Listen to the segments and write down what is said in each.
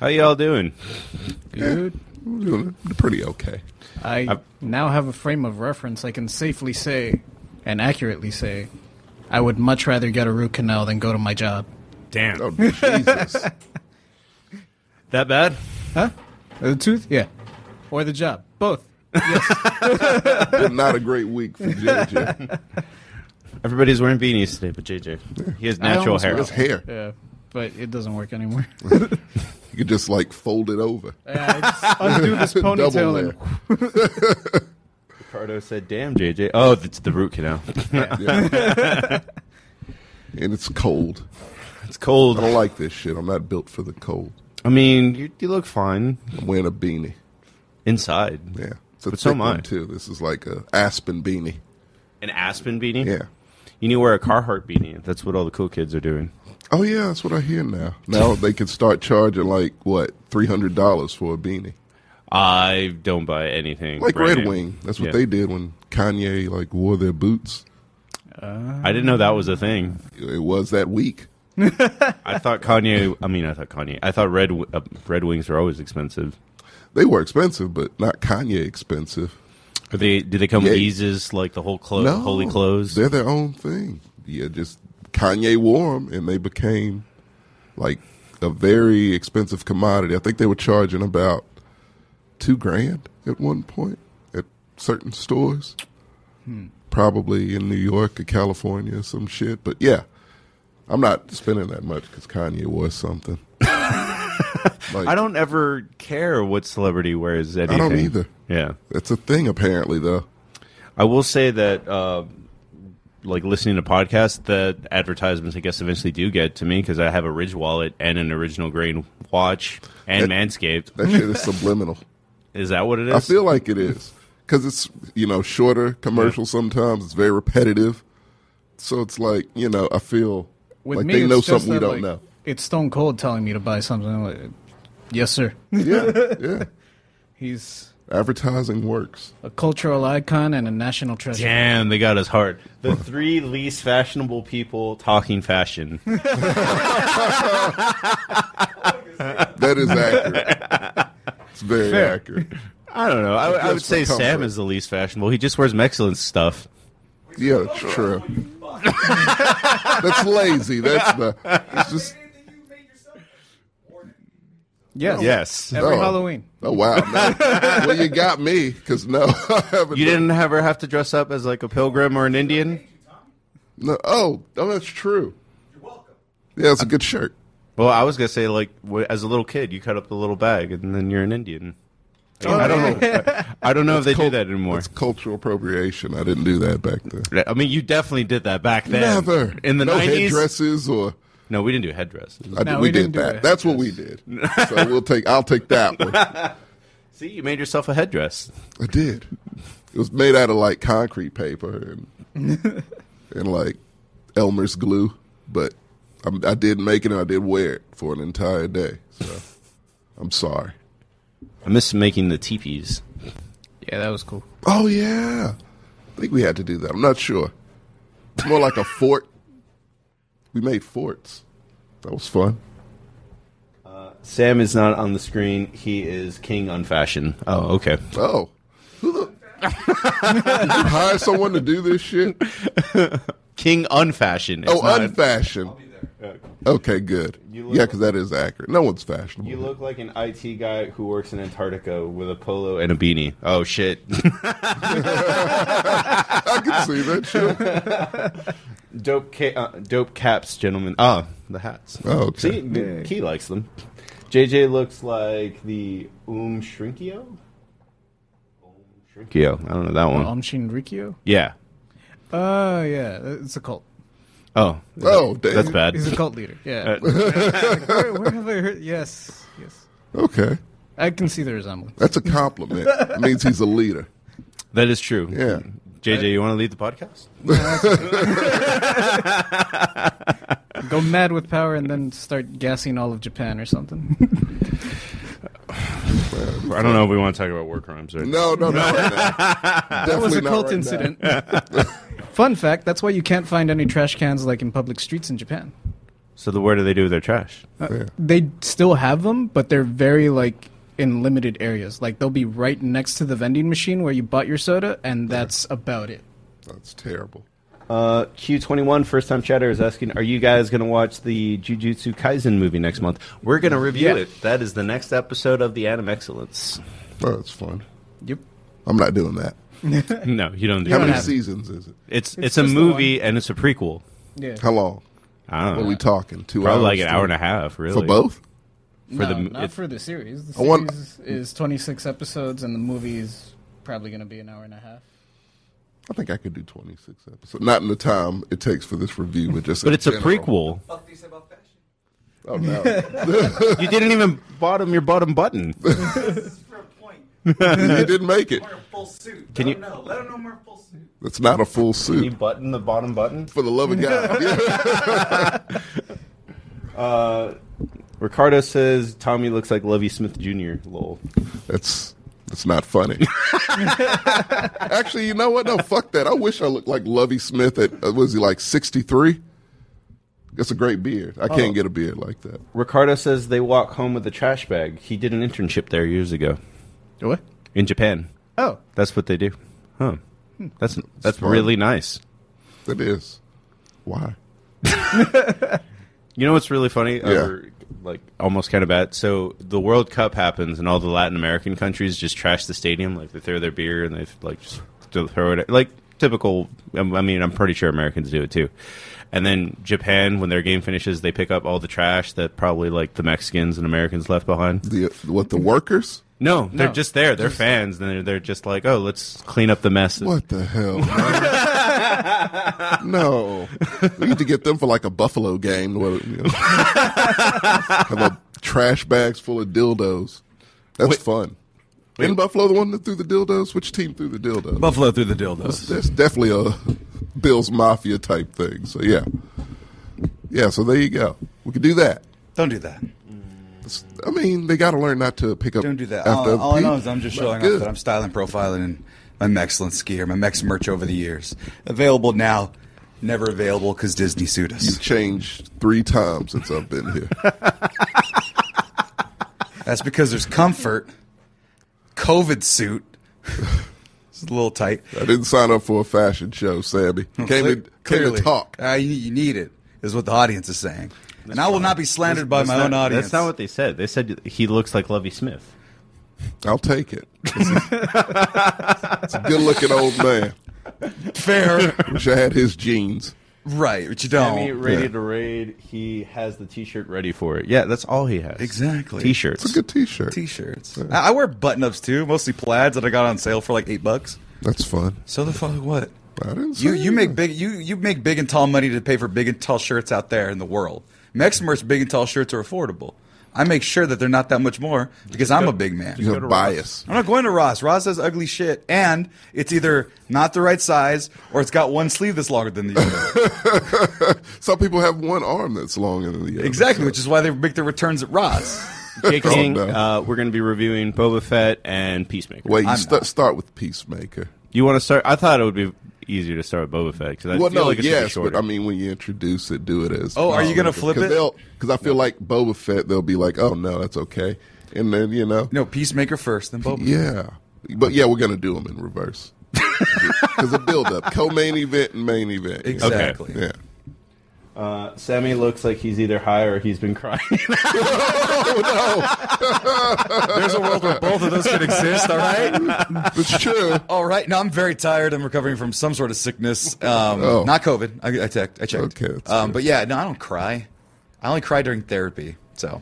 How y'all doing? Good. Pretty okay. I now have a frame of reference. I can safely say, and accurately say, I would much rather get a root canal than go to my job. Damn. Oh, Jesus. That bad? Huh? The tooth? Yeah. Or the job? Both. Been not a great week for JJ. Everybody's wearing beanies today, but JJ. He has natural almost hair. His hair. Yeah. But it doesn't work anymore. You could just like fold it over. yeah, I just undo this Double ponytail layer. and Ricardo said, "Damn, JJ. Oh, it's the root canal. Yeah. and it's cold. it's cold. I don't like this shit. I'm not built for the cold. I mean, you, you look fine I'm wearing a beanie. inside. Yeah. It's a But thick so am I. one too. This is like a aspen beanie. An aspen beanie. Yeah. You need to wear a Carhartt beanie. That's what all the cool kids are doing. Oh yeah, that's what I hear now. Now they can start charging like what three hundred dollars for a beanie, I don't buy anything. like brand Red new. Wing. That's what Yeah. they did when Kanye like wore their boots. I didn't know that was a thing. It was that week. I thought Kanye. I mean, I thought Kanye. I thought Red Wi- uh, Red Wings were always expensive. They were expensive, but not Kanye expensive. Are they? Do they come Yeah. eases like the whole clo- No, holy clothes? They're their own thing. Yeah, just Kanye wore them, and they became like a very expensive commodity. I think they were charging about two grand at one point at certain stores, Hmm. probably in New York or California or some shit. But yeah, I'm not spending that much because Kanye wore something. like, I don't ever care what celebrity wears anything. don't either. Yeah, That's a thing, apparently, though. I will say that, uh, like listening to podcasts, the advertisements I guess eventually do get to me because I have a Ridge wallet and an original grain watch and That- Manscaped. That shit is subliminal. Is that what it is? I feel like it is because it's you know shorter commercial. Sometimes it's very repetitive, so it's like you know I feel With like me, they it's know just something we that, don't like, know. It's Stone Cold telling me to buy something. I'm like, yes, sir. Yeah, yeah. He's Advertising works. a cultural icon and a national treasure. Damn, they got us hard. The three least fashionable people talking fashion. That is accurate. it's very Fair. accurate. I don't know. I, I would Just say for Sam comfort. is the least fashionable. He just wears Mexican stuff. Yeah, tr- true. That's lazy. That's the. It's just. Yes. Yes. Every No. Halloween. Oh wow! No. well, you got me because no, I haven't. You done- didn't ever have to dress up as like a pilgrim or an Indian? No. Oh, oh, that's true. You're welcome. Yeah, it's a good shirt. Well, I was gonna say like wh- as a little kid, you cut up the little bag, and then you're an Indian. Oh, I don't know. I don't know if they do that anymore. It's cultural appropriation. I didn't do that back then. I mean, you definitely did that back then. Never in the no nineties. headdresses or no, we didn't do headdresses. I, No, we, we did didn't do that. a That's what we did. so we'll take. I'll take that one. I See, you made yourself a headdress. did. It was made out of like concrete paper and and like Elmer's glue, but I, I did make it and I did wear it for an entire day. So I'm sorry. I miss making the teepees. Yeah, that was cool. Oh yeah, I think we had to do that. I'm not sure. It's more like a fort. We made forts. That was fun. Sam is not on the screen. He is king on fashion. Oh, okay. Oh. Who the? you hire someone to do this shit? King unfashion. It's oh, not- unfashion. Okay, good. Yeah, You 'cause look- yeah, because that is accurate. No one's fashionable. You look like an IT guy who works in Antarctica with a polo and a beanie. Oh shit. I can see that shit. dope ca- uh, dope caps, gentlemen. Ah, the hats. Oh, okay. See, the- Key likes them. JJ looks like the Um Shrinkio. Um Shrinkio. I don't know that one. Om Shinrikyo? yeah. Oh, yeah. It's a cult. Oh. Oh, damn. That's bad. Uh, He's a cult leader. Yeah. where, where have I heard? Yes. Yes. Okay, I can see the resemblance. that's a compliment. it means he's a leader. That is true. Yeah. JJ, you want to lead the podcast? Go mad with power and then start gassing all of Japan or something. I don't know if we want to talk about war crimes or No, no, no. right now. that was Definitely a not cult right now. incident. Fun fact that's why you can't find any trash cans like in public streets in Japan. So the, what do they do with their trash? Yeah. They still have them, but they're very like in limited areas. Like they'll be right next to the vending machine where you bought your soda, and that's about it. That's terrible. Uh, Q21 First Time Chatter is asking, are you guys going to watch the Jujutsu Kaisen movie next month? We're going to review Yeah. it. That is the next episode of the Anime Excellence. Oh, that's fun. Yep. I'm not doing that. No, you don't do How that. many have it. seasons is it? It's, it's, It's a just the movie and it's a prequel. Yeah. How long? I don't know. What are we talking? Two Probably hours? like an three- hour and a half, really. For both? for no, the m- not it- for the series. The I series want- is 26 episodes, and the movie is probably going to be an hour and a half. I think I could do 26 episodes. Not in the time it takes for this review, but just But in it's a general. prequel. fuck do you say about fashion? Oh, no. You didn't even bottom your bottom button. This is for a point. I'm you didn't make it. wearing a full suit. Can Can you- you know? Let them know I'm wearing a full suit. That's not a full suit. button the bottom button? For the love of God. Yeah. Ricardo says Tommy looks like Lovey Smith Jr. Lol. That's that's not funny. Actually, you know what? No, fuck that. I wish I looked like Lovey Smith at uh, was he like sixty three? That's a great beard. I Oh. can't get a beard like that. Ricardo says they walk home with a trash bag. He did an internship there years ago What? in Japan. Oh, That's what they do. Huh. Hmm. That's that's fun. really nice. That is why. You know what's really funny? Yeah. Or, like almost kind of bad. So the World Cup happens, and all the Latin American countries just trash the stadium. Like they throw their beer and they like just throw it. Like typical. um, I mean, I'm pretty sure Americans do it too. And then Japan, when their game finishes, they pick up all the trash that probably like the Mexicans and Americans left behind. The what the workers? No, they're No. just there. They're fans, and they're, they're just like, oh, let's clean up the mess. What the hell? man? no, we need to get them for like a Buffalo game. What, you know. Have a trash bags full of dildos. That's Wait. fun. In Buffalo, the one that threw the dildos. Which team threw the dildos? Buffalo through the dildos. That's definitely a Bill's Mafia type thing. So yeah, yeah. So there you go. We could do that. Don't do that. It's- I mean, they got to learn not to pick up. Don't do that. After All, other all I know people. is I'm just But showing good. off that I'm styling, profiling, and my excellent skier, my Mex merch over the years. Available now, never available because Disney sued us. changed three times since I've been here. That's because there's comfort, COVID suit. It's a little tight. I didn't sign up for a fashion show, Sammy. Came Cle- to came to talk. Uh, you, you need it, is what the audience is saying. and I will not be slandered by That's my not- own audience. That's not what they said. They said he looks like Lovey Smith. I'll take it. it's a good looking old man. Fair. Wish I had his jeans. right, but you don't. Oh, Sammy ready to raid. He has the T-shirt ready for it. Yeah, that's all he has. Exactly. T-shirts. It's a good T-shirt. T-shirts. I, I wear button-ups too, mostly plaids that I got on sale for like eight bucks. That's fun. So the fuck what? I didn't. Say You you make anything. big you you make big and tall money to pay for big and tall shirts out there in the world. Mexmer's big and tall shirts are affordable. I make sure that they're not that much more because I'm a big man. You Go to have bias. I'm not going to Ross. Ross has ugly shit, and it's either not the right size or it's got one sleeve that's longer than the other. Some people have one arm that's longer than the other. exactly, So- which is why they make their returns at Ross. Jake King, Oh, no. uh, we're going to be reviewing Boba Fett and Peacemaker. Wait, you I'm st- not. start with Peacemaker. you want to start? I thought it would be easier to start with Boba Fett because I well, feel no, like it's yes, shorter. but I mean, when you introduce it, do it as. Oh, are you gonna Peacemaker. flip Cause it? Because I feel like Boba Fett, they'll be like, "Oh no, that's okay," and then you know, no, Peacemaker first, then Boba. yeah, but yeah, we're gonna do them in reverse because a build up, co-main event and main event. you know? Exactly. Yeah. uh, Sammy looks like he's either high or he's been crying. There's a world where both of those could exist. All right. It's true. All right. Now I'm very tired. I'm recovering from some sort of sickness. Um, Oh. Not COVID. I, I checked. I checked. Okay, that's Um, good. but yeah, no, I don't cry. I only cry during therapy. So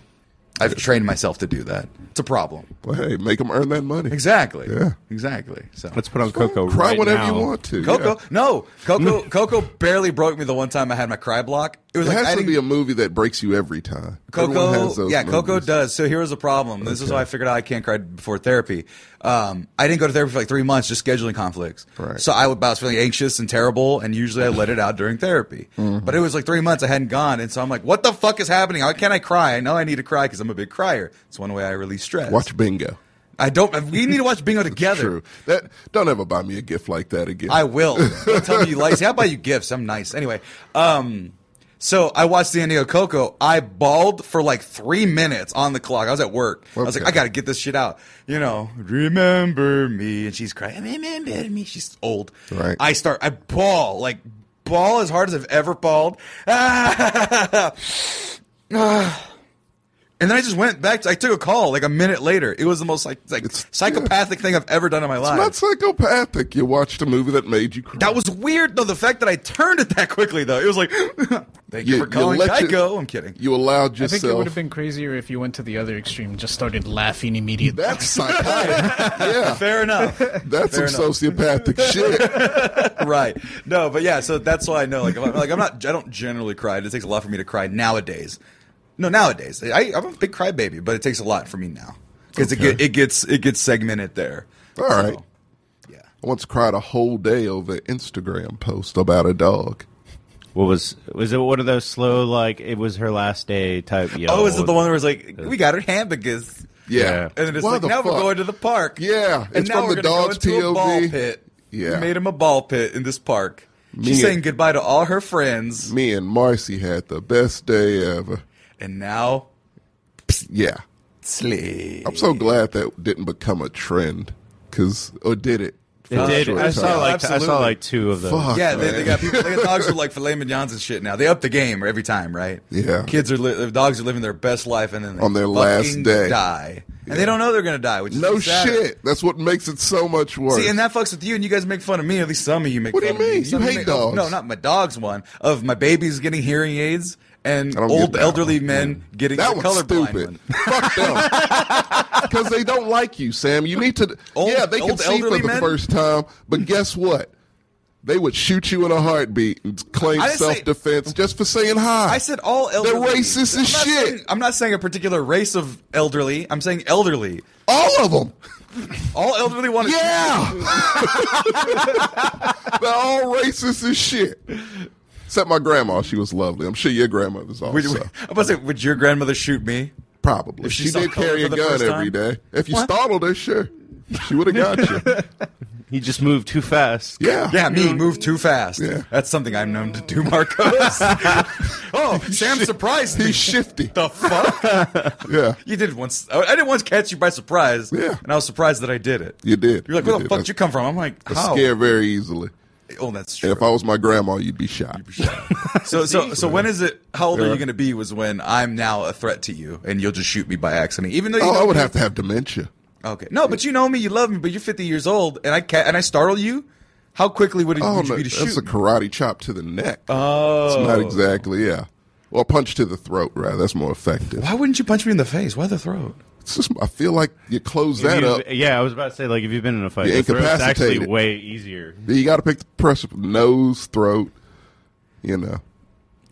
I've trained myself to do that. It's a problem. Well, hey, make them earn that money. Exactly. Yeah. Exactly. So Let's put on Coco. Cry right whenever now. you want to. Coco. yeah. No, Coco. Coco barely broke me the one time I had my cry block. It was It like I has to didn't- be a movie that breaks you every time. Everyone has Coco, those yeah, Coco movies. does. So here's the problem. This is why I figured out I can't cry before therapy. Um, I didn't go to therapy for like three months, just scheduling conflicts. Right. So I, would- I was feeling anxious and terrible, and usually I let it out during therapy. Mm-hmm. But it was like three months I hadn't gone, and so I'm like, what the fuck is happening? How can I cry? I know I need to cry because I'm a big crier. It's one way I release stress. Watch Bingo. I don't. We need to watch Bingo together. True. That don't ever buy me a gift like that again. I will. Don't tell me you like. See, how about you gifts? I'm nice. Anyway, um, So I watched the ending of Coco. I bawled for like three minutes on the clock. I was at work. I was like, Okay. I gotta get this shit out. You know, remember me. And she's crying, remember me. She's old. Right. I start, I bawl, like bawl as hard as I've ever bawled. Ah! And then I just went back. To, I took a call like a minute later. It was the most like like It's- psychopathic thing I've ever done in my life. Not psychopathic. You watched a movie that made you cry. That was weird, though. The fact that I turned it that quickly, though, it was like, thank you, for calling let your- Geico. I'm kidding. You allowed I think it would yourself. have been crazier if you went to the other extreme, and just started laughing immediately. That's psychotic. yeah, Fair enough. that's fair some sociopathic shit. right. No, but yeah. So that's why I know. Like, I'm, like I'm not. I don't generally cry. It takes a lot for me to cry nowadays. No, nowadays I, I'm a big crybaby, but it takes a lot for me now because it, get, it gets it gets segmented there. All right. yeah. I once cried a whole day over an Instagram post about a dog. What was was it? One of those slow like it was her last day type. Yo, Oh, is it the one where it's like we got her hamburgers? Yeah. Yeah. And then it's Why like the now we're fuck? going to the park. Yeah, and it's now from we're the gonna dog's go into a ball POV. pit. Yeah. we made him a ball pit in this park. She's Me- saying goodbye to all her friends, Me and Marcy had the best day ever. and now Yeah. sleep. I'm so glad that didn't become a trend, cause or did it? It did. Sure. I saw like I Absolutely. saw like two of those. Fuck, Yeah, they, man. they got people. They got dogs with like filet mignons and shit. Now they up the game every time, right? Yeah. kids are li- dogs are living their best life, and then they On their last fucking day. die, and they don't know they're gonna die. Which is No even sadder. shit. That's what makes it so much worse. See, and that fucks with you, and you guys make fun of me. At least some of you make What do fun you of me. mean? Some You of hate make- dogs. No, not my dog's one. Of my babies getting hearing aids and I don't get old that elderly one. men getting that the one's colorblind stupid. one. Fuck them. Because they don't like you, Sam. You need to. Old- yeah, they can old see for elderly the men? first time, but guess what? They would shoot you in a heartbeat and claim I didn't say- self defense just for saying hi. I said all elderly. racist I'm as not shit. saying- I'm not saying a particular race of elderly. I'm saying elderly. all of them. All elderly want to. Yeah. They're all racist as shit. Except my grandma. She was lovely. I'm sure your grandmother's also. Would, would, I'm about to say, would your grandmother shoot me? Probably. If she She, saw did color carry for a the gun first every time? day. If you What? startled her, sure. She would have got you. He just moved too fast. Yeah. Yeah, me move too fast. Yeah. That's something I'm known to do, Marcos. oh, Sam surprised me. He's shifty. the fuck? Yeah. You did once. I I didn't once catch you by surprise. Yeah. And I was surprised that I did it. You did. You're like, where You the did. fuck I- did you come from? I'm like, I how? scare very easily. Oh, that's And true. if I was my grandma, you'd be shot. so, so, so when is it? How old are Yeah. you going to be? Was when I'm now a threat to you, and you'll just shoot me by accident, even though you Oh, know I would me. have to have dementia. Okay, no, but you know me, you love me, but you're 50 years old, and I ca and I startle you. How quickly would it Oh, would you no, be to that's shoot? a me? karate chop to the neck. oh, It's not exactly, yeah. Or a punch to the throat, rather. That's more effective. Why wouldn't you punch me in the face? Why the throat? It's just, I feel like you close that You- up. Yeah, I was about to say like if you've been in a fight, You're the throat's actually incapacitated. way easier. You got to pick the pressure nose, throat, you know.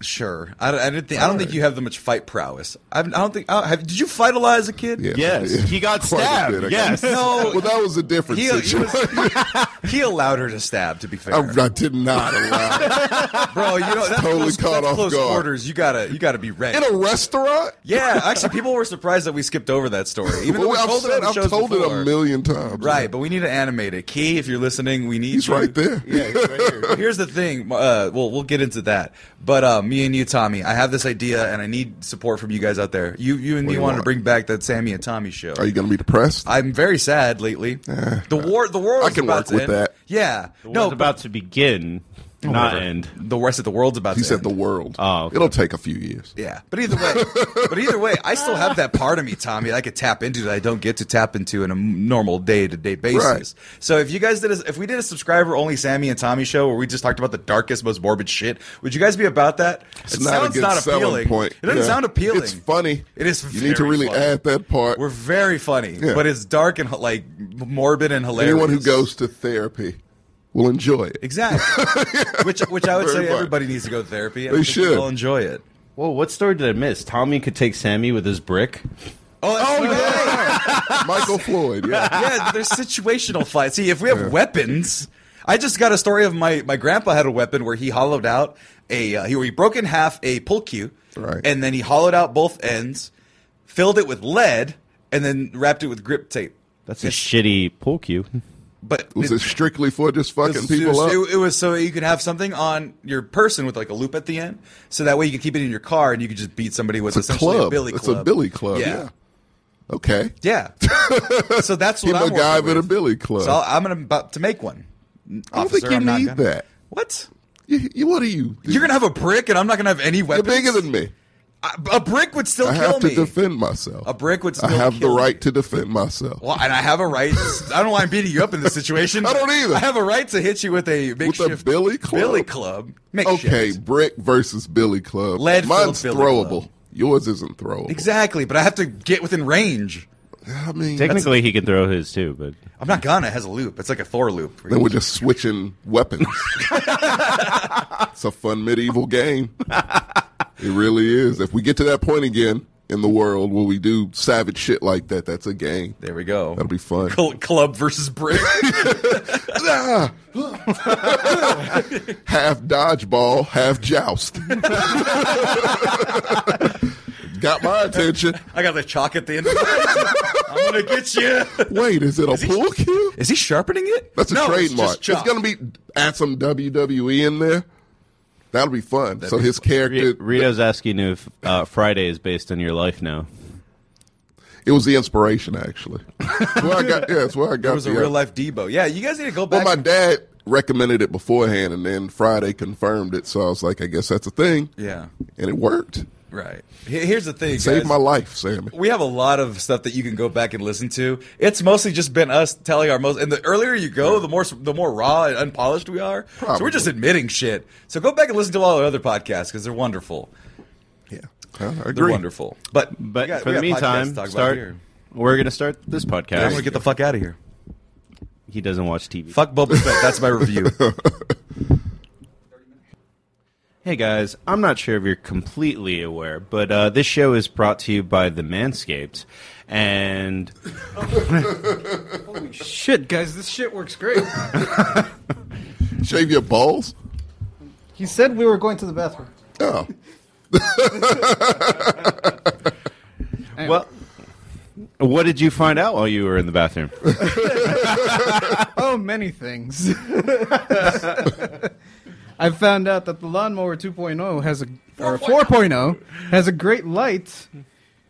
Sure, I, don't- I didn't think. I don't think you have that much fight prowess. I've, I don't think. I, have, did you fight a lot as a kid? Yeah. Yes, he got Quite a stabbed. bit, I Yes. guess. No. Well, that was a different He, he, situation. was, he allowed her to stab. To be fair, I, I did not allow it. bro, you know that's Totally close, caught that's off close guard. quarters. You gotta, you gotta be ready. In a restaurant? yeah, actually, people were surprised that we skipped over that story. Even though Well, we I've, told it on said, the I've shows told it before. a million times. Right, but we need to animate it. Key, if you're listening, we need. He's you. right there. Yeah, he's right here. Here's the thing. Uh, well, we'll get into that. But uh, me and you, Tommy, I have this idea, and I need support from you guys out there. You, you and What me do you wanted to want? bring back that Sammy and Tommy show. Are you going to be depressed? I'm very sad lately. the war, the war. I is can about work to with end. that. Yeah, The no, war's about to begin, not end. the rest of the world's about. he to said end. the world. Oh, okay. It'll take a few years. Yeah, but either way, but either way, I still have that part of me, Tommy. that I could tap into that I don't get to tap into in a normal day to day basis. Right. So if you guys did, a, if we did a subscriber only Sammy and Tommy show where we just talked about the darkest, most morbid shit, would you guys be about that? It's not a good selling appealing. point. It doesn't Yeah. sound appealing. It's funny. It is You need to very really funny. add that part. We're very funny, Yeah. but it's dark and like morbid and hilarious. Anyone who goes to therapy will enjoy it. exactly, which which I would Very say funny. everybody needs to go to therapy. and They I think we should. all enjoy it. Whoa, what story did I miss? Tommy could take Sammy with his brick. Oh, that's right. Michael Floyd. Yeah. yeah, there's situational fights. See, if we have weapons, I just got a story of my my grandpa had a weapon where he hollowed out a uh, he, he broke in half a pull cue, Right. and then he hollowed out both ends, filled it with lead, and then wrapped it with grip tape. That's a shitty pool cue. but Was it strictly for just fucking was- people up? it, it was so you could have something on your person with like a loop at the end, so that way you could keep it in your car and you could just beat somebody with It's a essentially club. a billy club. It's a billy club. Yeah. Yeah. Okay. Yeah. so that's Give what a I'm guy working with a with. billy club. So I'll, I'm gonna about to make one. I don't think you I'm not need gonna- that. What? You, you- what are you? You're gonna have a brick, and I'm not gonna have any You're weapons. bigger than me. I- a brick would still I kill have to me. defend myself. A brick would still I have the kill right me. to defend myself. Well, and I have a right. I don't know why I'm beating you up in this situation. I don't either. I have a right to hit you with a With makeshift a billy club. Billy club. Makeshift. Okay, brick versus billy club. Lead-filled Mine's billy throwable. club. Yours isn't throwable. Exactly, but I have to get within range. I mean, Technically, he can throw his too, but I'm not gonna. It has a loop. It's like a Thor loop. then we're just switching weapons. it's a fun medieval game. It really is. If we get to that point again in the world where we do savage shit like that, that's a game. There we go. That'll be fun. Cl- club versus brick. half dodgeball, half joust. Got my attention. I got the chalk at the end. of it. I'm gonna get you. Wait, is it a pool cue? Is he sharpening it? That's a No, it's trademark. just It's, chalk. gonna be add some WWE in there. That'll be fun. so his character, Re- Rito's asking if uh, Friday is based on your life now. it was the inspiration actually. It's where I got, yeah, it's where I got. It was a the, uh, real life Debo. Yeah, you guys need to go Well, back. my dad recommended it beforehand, and then Friday confirmed it. So I was like, I guess that's a thing. yeah, and it worked. right. Here- Here's the thing, Saved guys. my life, Sammy. we have a lot of stuff that you can go back and listen to. It's mostly just been us telling our most. And the earlier you go, the more the more raw and unpolished we are. So Probably. we're just admitting shit. So go back and listen to all our other podcasts because they're wonderful. Yeah, I I They're agree. wonderful. But But we got- for we the got podcasts meantime, to talk about start. here. We're gonna start this I'm gonna podcast. get the fuck out of here. He doesn't watch TV. Fuck Boba Fett. That's my review. Hey guys, I'm not sure if you're completely aware, but uh, this show is brought to you by the Manscaped, and Shit, guys, this shit works great. Shave your balls. he said we were going to the bathroom. Oh, Anyway, well, what did you find out while you were in the bathroom? oh, many things. I found out that the lawnmower 2.0 has a or oh. 4.0 has a great light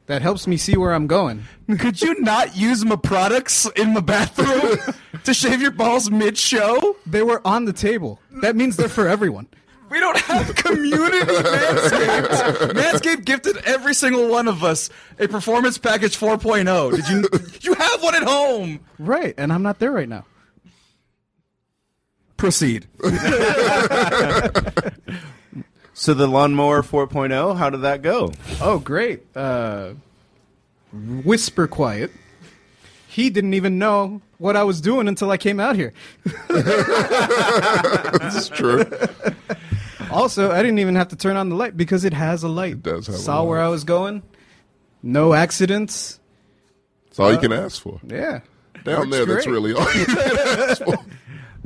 that helps me see where I'm going. Could you not use my products in the bathroom to shave your balls mid show? They were on the table. That means they're for everyone. We don't have community Manscaped. Manscaped gifted every single one of us a performance package 4.0. Did you oh. you have one at home. Right, and I'm not there right now. proceed? So the lawnmower 4.0, how did that go? Oh, great. Uh, whisper quiet. He didn't even know what I was doing until I came out here. that's true. Also, I didn't even have to turn on the light because it has a light. It does have a Saw where light. I was going. No accidents. That's Uh, all you can ask for. Yeah. Down Works there, that's great. really all you can ask for.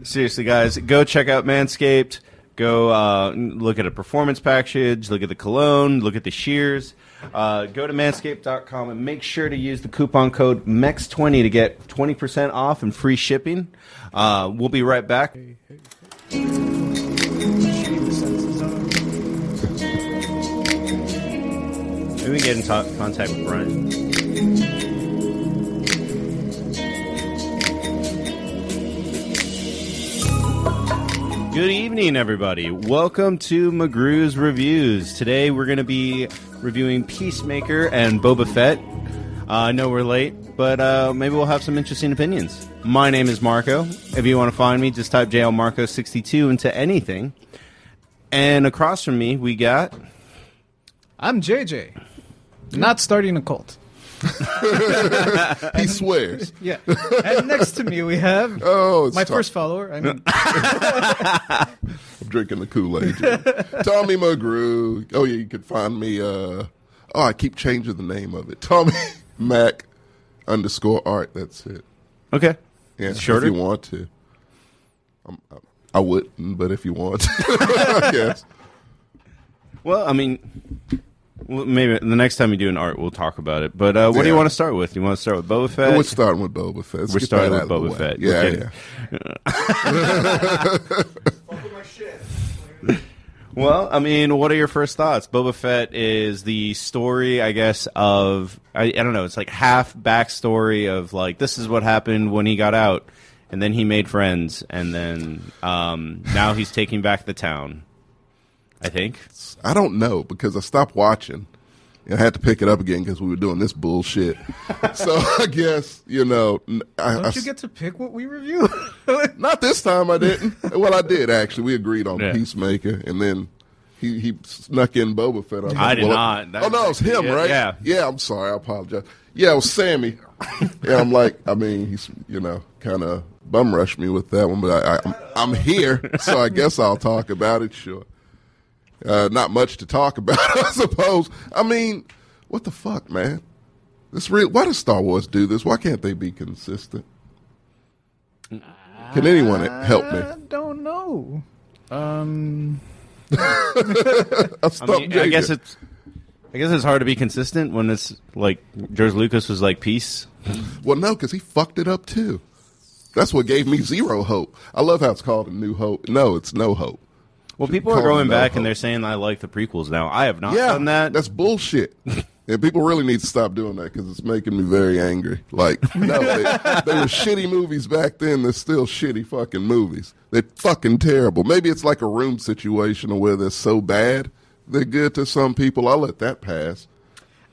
Seriously, guys, go check out Manscaped. Go uh, look at a performance package. Look at the cologne. Look at the shears. Uh, go to manscaped.com and make sure to use the coupon code MEX20 to get 20% off and free shipping. Uh, we'll be right back. Maybe we can get in to- contact with Brian. Good evening, everybody. Welcome to McGrew's Reviews. Today we're going to be reviewing Peacemaker and Boba Fett. Uh, I know we're late, but uh, maybe we'll have some interesting opinions. My name is Marco. If you want to find me, just type JLMarco62 into anything. And across from me, we got. I'm JJ. Not starting a cult. He swears. Yeah. and next to me we have Oh, it's my Tom- first follower. I mean, I'm drinking the Kool Aid. Tommy McGrew. Oh yeah, you can find me. Uh, oh, I keep changing the name of it. Tommy Mac underscore art. That's it. Okay. Yeah, shorter? if you want to. I'm, I, I wouldn't, but if you want, to, I guess. Well, I mean, Well, maybe the next time you do an art, we'll talk about it. But uh, what do you Yeah. want to start with? You want to start with Boba Fett? We're starting with Boba Fett. Let's We're get starting that with out of the Boba way. Fett. Yeah, Okay. yeah. Fuck with my shit. Well, I mean, what are your first thoughts? Boba Fett is the story, I guess, of I, I don't know. It's like half backstory of like this is what happened when he got out, and then he made friends, and then um, now he's taking back the town. I think. I don't know because I stopped watching. And I had to pick it up again because we were doing this bullshit. so I guess you know. n- I- Don't I you s- get to pick what we review? Not this time, I didn't. well, I did actually. We agreed on Yeah. Peacemaker, and then he, he snuck in Boba Fett. was I like, did well, not. That oh no, it was was him, actually it. right? Yeah. yeah. I'm sorry. I apologize. Yeah, it was Sammy. yeah, I'm like, I mean, he's you know kind of bum rushed me with that one, but I, I I'm, I'm here, so I guess I'll talk about it. Sure. Uh, not much to talk about, I suppose. I mean, what the fuck, man? This real. Why does Star Wars do this? Why can't they be consistent? Can anyone help me? I don't know. Um, I, I, mean, I guess it's. I guess it's hard to be consistent when it's like George Lucas was like peace. well, no, because he fucked it up too. That's what gave me zero hope. I love how it's called a new hope. No, it's no hope. Well, people are Call going him back Boba. and they're saying I like the prequels now. I have not yeah, done that. that's bullshit. And people really need to stop doing that because it's making me very angry. Like, no, they, they were shitty movies back then. They're still shitty fucking movies. They're fucking terrible. Maybe it's like a room situation where they're so bad they're good to some people. I'll let that pass.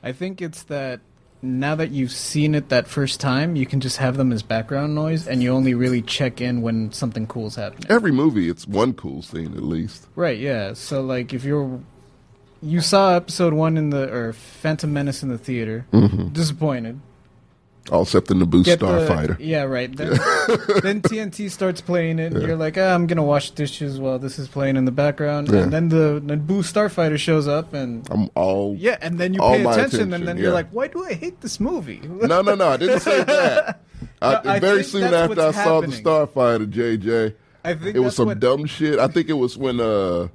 I think it's that now that you've seen it that first time, you can just have them as background noise, and you only really check in when something cool's happening. Every movie, it's one cool scene at least. Right? Yeah. So like, if you're you saw episode one in the or Phantom Menace in the theater, Mm-hmm. disappointed. All except the Naboo Get the- Starfighter. yeah, right. Then, then TNT starts playing it, and you're like, ah, I'm gonna wash dishes while this is playing in the background, Yeah. and then the Naboo Starfighter shows up, and I'm all yeah, and then you All pay my attention, attention, and then yeah. you're like, why do I hate this movie? No, no, no. I didn't say that. I, No, I very think soon that's after I what's saw the happening. Starfighter, JJ, I think it was that's some what- dumb shit. I think it was when uh,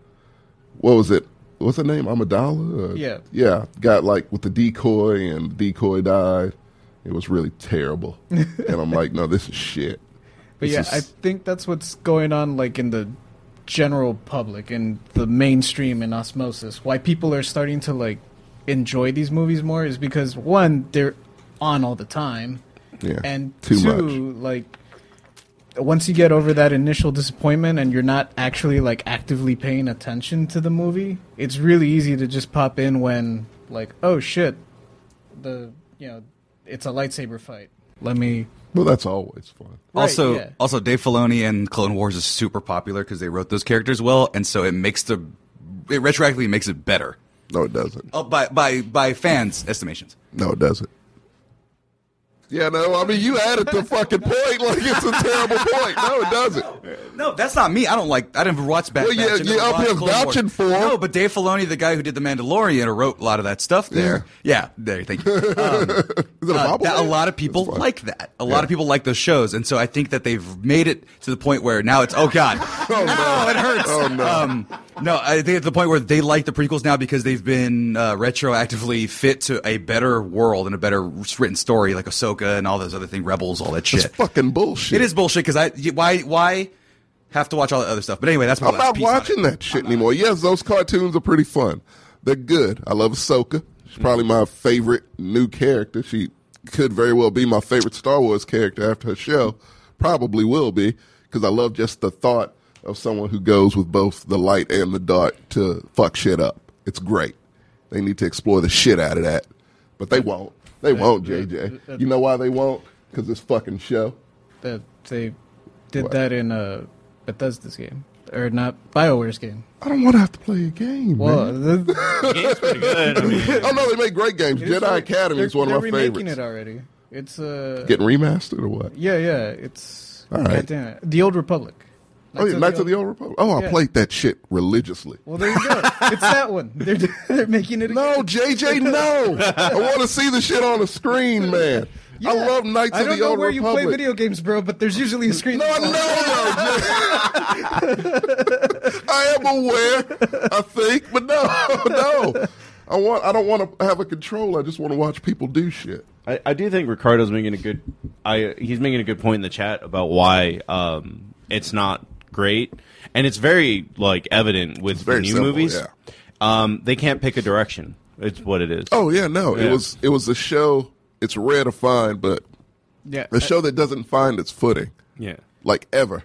what was it? What's her name? Amidala. Or, Yeah. yeah. Got like with the decoy, and the decoy died. It was really terrible, and I'm like, no, this is shit. But This yeah, is- I think that's what's going on, like in the general public and the mainstream in osmosis. Why people are starting to like enjoy these movies more is because one, they're on all the time, Yeah, and too much. two, like once you get over that initial disappointment and you're not actually like actively paying attention to the movie, it's really easy to just pop in when like, oh shit, the you know, it's a lightsaber fight. Let me. Well, that's always fun. Right, also, yeah. also Dave Filoni and Clone Wars is super popular because they wrote those characters well, and so it makes the it retroactively makes it better No, it doesn't. oh, by by by fans' estimations. No, it doesn't. Yeah, no. I mean, you added the fucking point like it's a terrible point. No, it doesn't. No, that's not me. I don't like. I didn't watch Bad Well, yeah, Batch. I never yeah, up watched here Clone Wars. vouching for 'em. No, but Dave Filoni, the guy who did The Mandalorian, or wrote a lot of that stuff there. Yeah, there. Thank you. Is Um, it a uh, Bible? that, a lot of people That's fine. like that. A lot of people like those shows, and so I think that they've made it to the point where now it's oh god, oh, it hurts. Oh no. Um, no, I think it's the point where they like the prequels now because they've been uh, retroactively fit to a better world and a better written story, like Ahsoka and all those other things, Rebels, all that shit. It's fucking bullshit. It is bullshit because I y- why why have to watch all that other stuff. But anyway, that's my I'm last not piece on it. watching that shit anymore. Yes, those cartoons are pretty fun. They're good. I love Ahsoka. She's Hmm. probably my favorite new character. She could very well be my favorite Star Wars character after her show. Probably will be because I love just the thought of someone who goes with both the light and the dark to fuck shit up. It's great. They need to explore the shit out of that, but they won't. They won't, JJ. You know why they won't? Because this fucking show. that they did What? that in uh, Bethesda's game or not Bioware's game. I don't want to have to play a game. man. Well, the, Game's pretty good. I mean, Oh no, they make great games. Jedi Academy is one they're of my remaking favorites. it already. It's uh, Getting remastered or what? yeah, yeah. It's All right. God damn it. the Old Republic. oh yeah, Knights of the Old Republic. Oh, I Yeah. played that shit religiously. Well, there you go. it's that one. They're they're making it. No, again. JJ, no. I want to see the shit on the screen, man. I Yeah. love Knights I of don't the know Old where you Republic. play video games, bro, but there's usually a screen. no, I know, though. I am aware, I think, but no, no. I want. I don't want to have a control. I just want to watch people do shit. I, I do think Ricardo's making a good. I he's making a good point in the chat about why um, it's not great, and it's very like evident with the very new simple, movies. yeah. Um, they can't pick a direction. It's what it is. Oh yeah, no. Yeah. It was. It was a show. It's rare to find, but Yeah. a show that doesn't find its footing, yeah. like ever.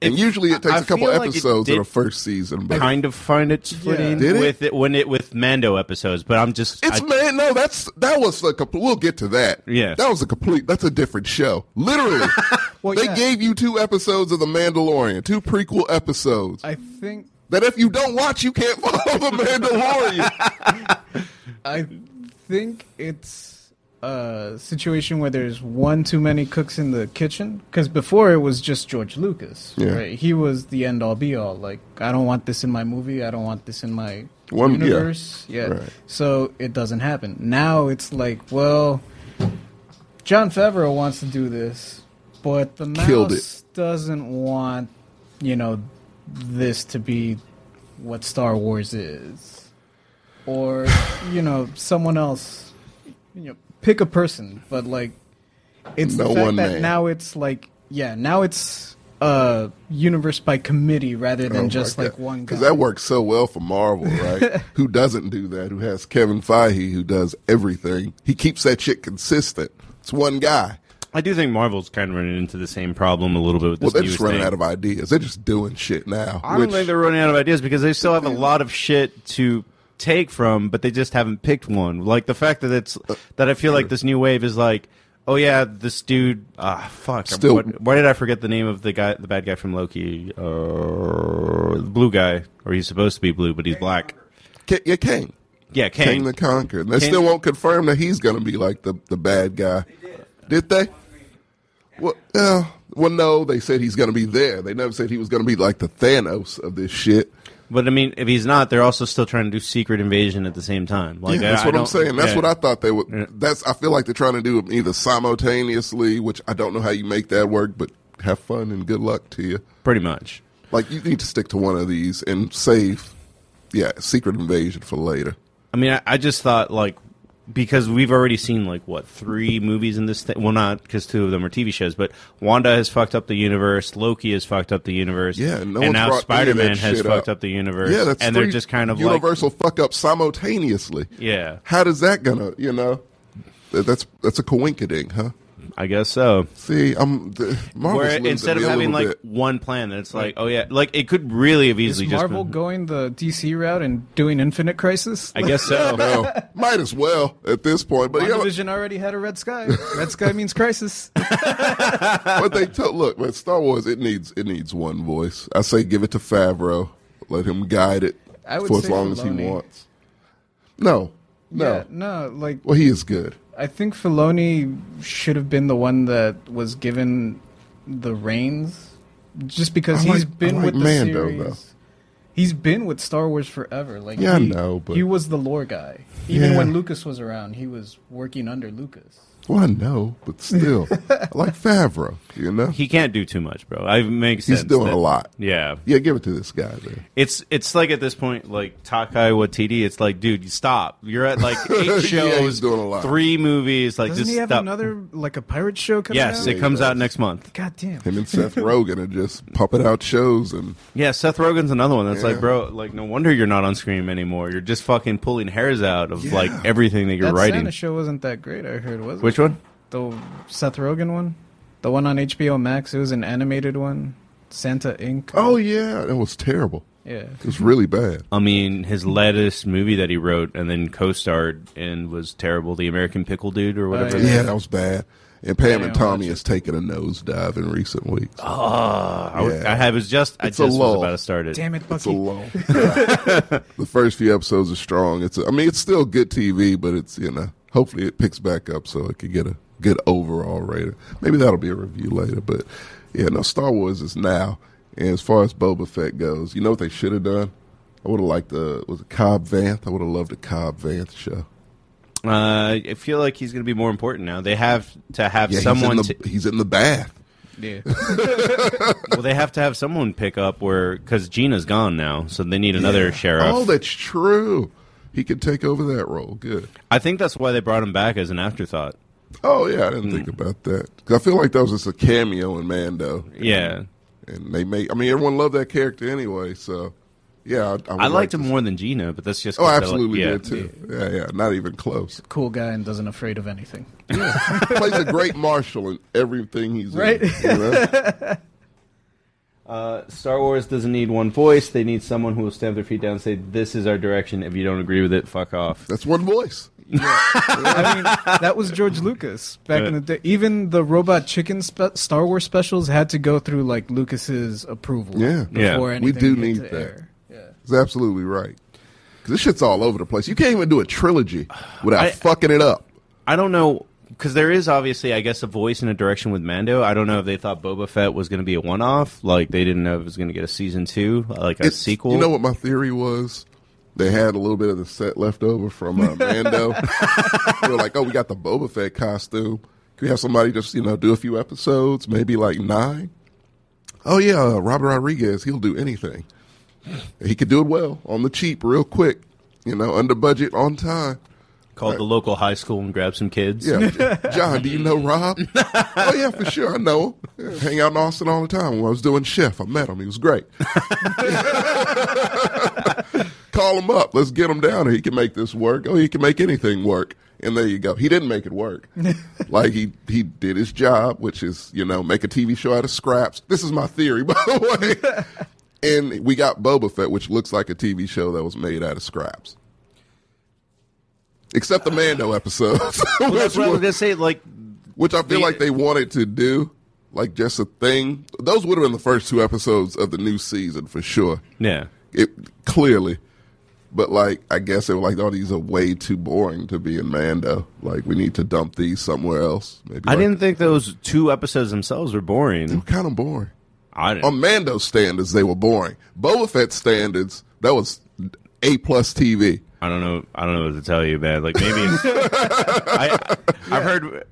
And usually it takes I a couple feel like it episodes did in a first season, but Kind of find its footing Did it? with it when it with Mando episodes, but I'm just It's I- man, no, that's that was a complete. We'll get to that. Yeah. that was a complete. That's a different show. Literally, Well, they yeah. gave you two episodes of The Mandalorian, two prequel episodes. I think that if you don't watch, you can't follow The Mandalorian. I think it's a situation where there's one too many cooks in the kitchen. Because before it was just George Lucas, Yeah. right? He was the end all be all. Like, I don't want this in my movie. I don't want this in my One- yeah. universe. Yeah. Right. So it doesn't happen. Now it's like, well, John Favreau wants to do this, but the Killed mouse doesn't want, you know, this to be what Star Wars is, or you know, someone else. You know, pick a person, but like, it's No the fact one that man. now it's like, yeah, now it's uh universe by committee rather Oh than just like one guy. because that works so well for Marvel, right? who doesn't do that? Who has Kevin Feige? Who does everything? He keeps that shit consistent. It's one guy. I do think Marvel's kind of running into the same problem a little bit with Well, this they're news just running thing. out of ideas. They're just doing shit now. I don't which- think they're running out of ideas because they still have a lot of shit to take from, but they just haven't picked one. Like the fact that it's Uh, that I feel like this new wave is like, oh yeah, this dude. Ah, fuck. Still- what, why did I forget the name of the guy, the bad guy from Loki, uh, the blue guy, or he's supposed to be blue, but he's black. Ca- yeah, Kang. Yeah, King Kang. the Conqueror. And they King- still won't confirm that he's going to be like the, the bad guy. Did they? Well, uh, well, no. They said he's going to be there. They never said he was going to be like the Thanos of this shit. But I mean, if he's not, they're also still trying to do secret invasion at the same time. Like yeah, that's what I'm don't- saying. That's yeah. what I thought they would. Yeah. That's I feel like they're trying to do it either simultaneously, which I don't know how you make that work, but have fun and good luck to you. pretty much. Like you need to stick to one of these and save, yeah, Secret Invasion for later. I mean, I, I just thought like because we've already seen like what three movies in this thing. Well, not because two of them are TV shows, but Wanda has fucked up the universe. Loki has fucked up the universe. Yeah, no and one's now brought any Spider of that Man has shit fucked up. up the universe. Yeah, that's and they're three just kind of universal fuck up simultaneously. like yeah, How does that gonna you know? That- That's that's a coinkadink, huh? I guess so. See, I'm the, Marvel's Where losing instead me of a having little like bit. one plan, then it's like oh yeah, like it could really have is easily just Marvel been- going the DC route and doing Infinite Crisis? I guess so. no, might as well at this point. But you know, WandaVision already had a red sky. Red sky means crisis. but they to- look, man, Star Wars it needs it needs one voice. I say give it to Favreau, let him guide it I would for as say long as he Filoni. wants. No, no. Yeah, no, like Well, he is good. I think Filoni should have been the one that was given the reins, just because I he's like- been I like with the Mando, series. though. He's been with Star Wars forever. Like Yeah, I he, know, but- he was the lore guy. Even Yeah. when Lucas was around, he was working under Lucas. Well, I know, but still, I like Favreau. You know, He can't do too much, bro. I makes he's sense. doing that- a lot. Yeah, Yeah, give it to this guy, man. It's it's like at this point, like Takai Watiti, it's like, dude, you stop. You're at like Yeah, eight he's shows, doing a lot. three movies, like Doesn't just he have stop. another like a pirate show coming yes, out? it comes does. out next month. God damn. Him and Seth Rogen are just pumping out shows and Yeah, Seth Rogen's another one that's like, Yeah. bro, like no wonder you're not on Scream anymore. You're just fucking pulling hairs out of like everything that you're That writing. Santa show wasn't that great. I heard was it? Which one? the Seth Rogen one, the one on HBO Max. It was an animated one, Santa Inc. oh yeah, that was terrible. yeah. It was really bad. I mean, his latest movie that he wrote and then co-starred and was terrible, The American Pickle Dude or whatever. Oh, yeah. Yeah, that was bad. And Pam and didn't watch Tommy has taken a nosedive in recent weeks. I, was- Yeah. I had- was just, I It's a just was lull. about to start it. Damn it, It's a Bucky. long. the first few episodes are strong. It's, I mean, it's still good TV, but it's you know, hopefully it picks back up so it could get a good overall rating. Maybe that'll be a review later, but yeah, no, Star Wars is now. And as far as Boba Fett goes, you know what they should have done? I would have liked the was it Cobb Vanth. I would have loved the Cobb Vanth show. Uh, I feel like he's going to be more important now. They have to have Yeah, someone. he's in to, the, he's in the bath. Yeah. well, they have to have someone pick up where because Gina's gone now, so they need another sheriff. Oh, that's true. He could take over that role. Good. I think that's why they brought him back as an afterthought. Oh yeah, I didn't Hmm. think about that. 'Cause I feel like that was just a cameo in Mando. Yeah. and they make. I mean, everyone loved that character anyway. So yeah, I, I, would I liked like to him more than Gino, but that's just Oh, 'cause I I like- absolutely yeah. did too. Yeah, yeah, not even close. Cool guy and doesn't afraid of anything. Plays a great marshal in everything he's Right. in. you know? Star Wars doesn't need one voice. They need someone who will stamp their feet down and say, "This is our direction. If you don't agree with it, fuck off." That's one voice. I mean, that was George Lucas back in the day. Even the Robot Chicken spe- Star Wars specials had to go through like Lucas's approval. Yeah. Yeah. before We anything do hit need to that. air. Yeah. He's absolutely right. 'Cause this shit's all over the place. You can't even do a trilogy without I- fucking it up. I don't know because there is obviously, I guess, a voice and a direction with Mando. I don't know if they thought Boba Fett was going to be a one-off, like they didn't know if it was going to get a season two, like a It's- sequel. You know what my theory was? They had a little bit of the set left over from uh, Mando. they were like, "Oh, we got the Boba Fett costume. Can we have somebody just you know do a few episodes, maybe like nine? Oh yeah, uh, Robert Rodriguez. He'll do anything. He could do it well on the cheap, real quick. You know, under budget, on time. Called the local high school and grab some kids. Yeah, J- John, do you know Rob? oh yeah, for sure, I know him. Yeah, hang out in Austin all the time. When I was doing chef, I met him. He was great. Call him up. Let's get him down. here. He can make this work. Oh, he can make anything work. And there you go. He didn't make it work. like he he did his job, which is you know make a TV show out of scraps. This is my theory, by the way. and we got Boba Fett, which looks like a TV show that was made out of scraps. Except the Mando episodes, Well, that's which what I was was- going to say. Like, which I feel The- like they wanted to do, like just a thing. Those would have been the first two episodes of the new season for sure. yeah, It clearly, but like I guess they were like, "Oh, these are way too boring to be in Mando. Like we need to dump these somewhere else." Maybe I like, didn't think those two episodes themselves were boring. They're kind of boring. I didn't. Um, On Mando standards, they were boring. Boba Fett standards, that was a plus TV. I don't know. I don't know what to tell you, man. Like maybe it's, I, I've heard.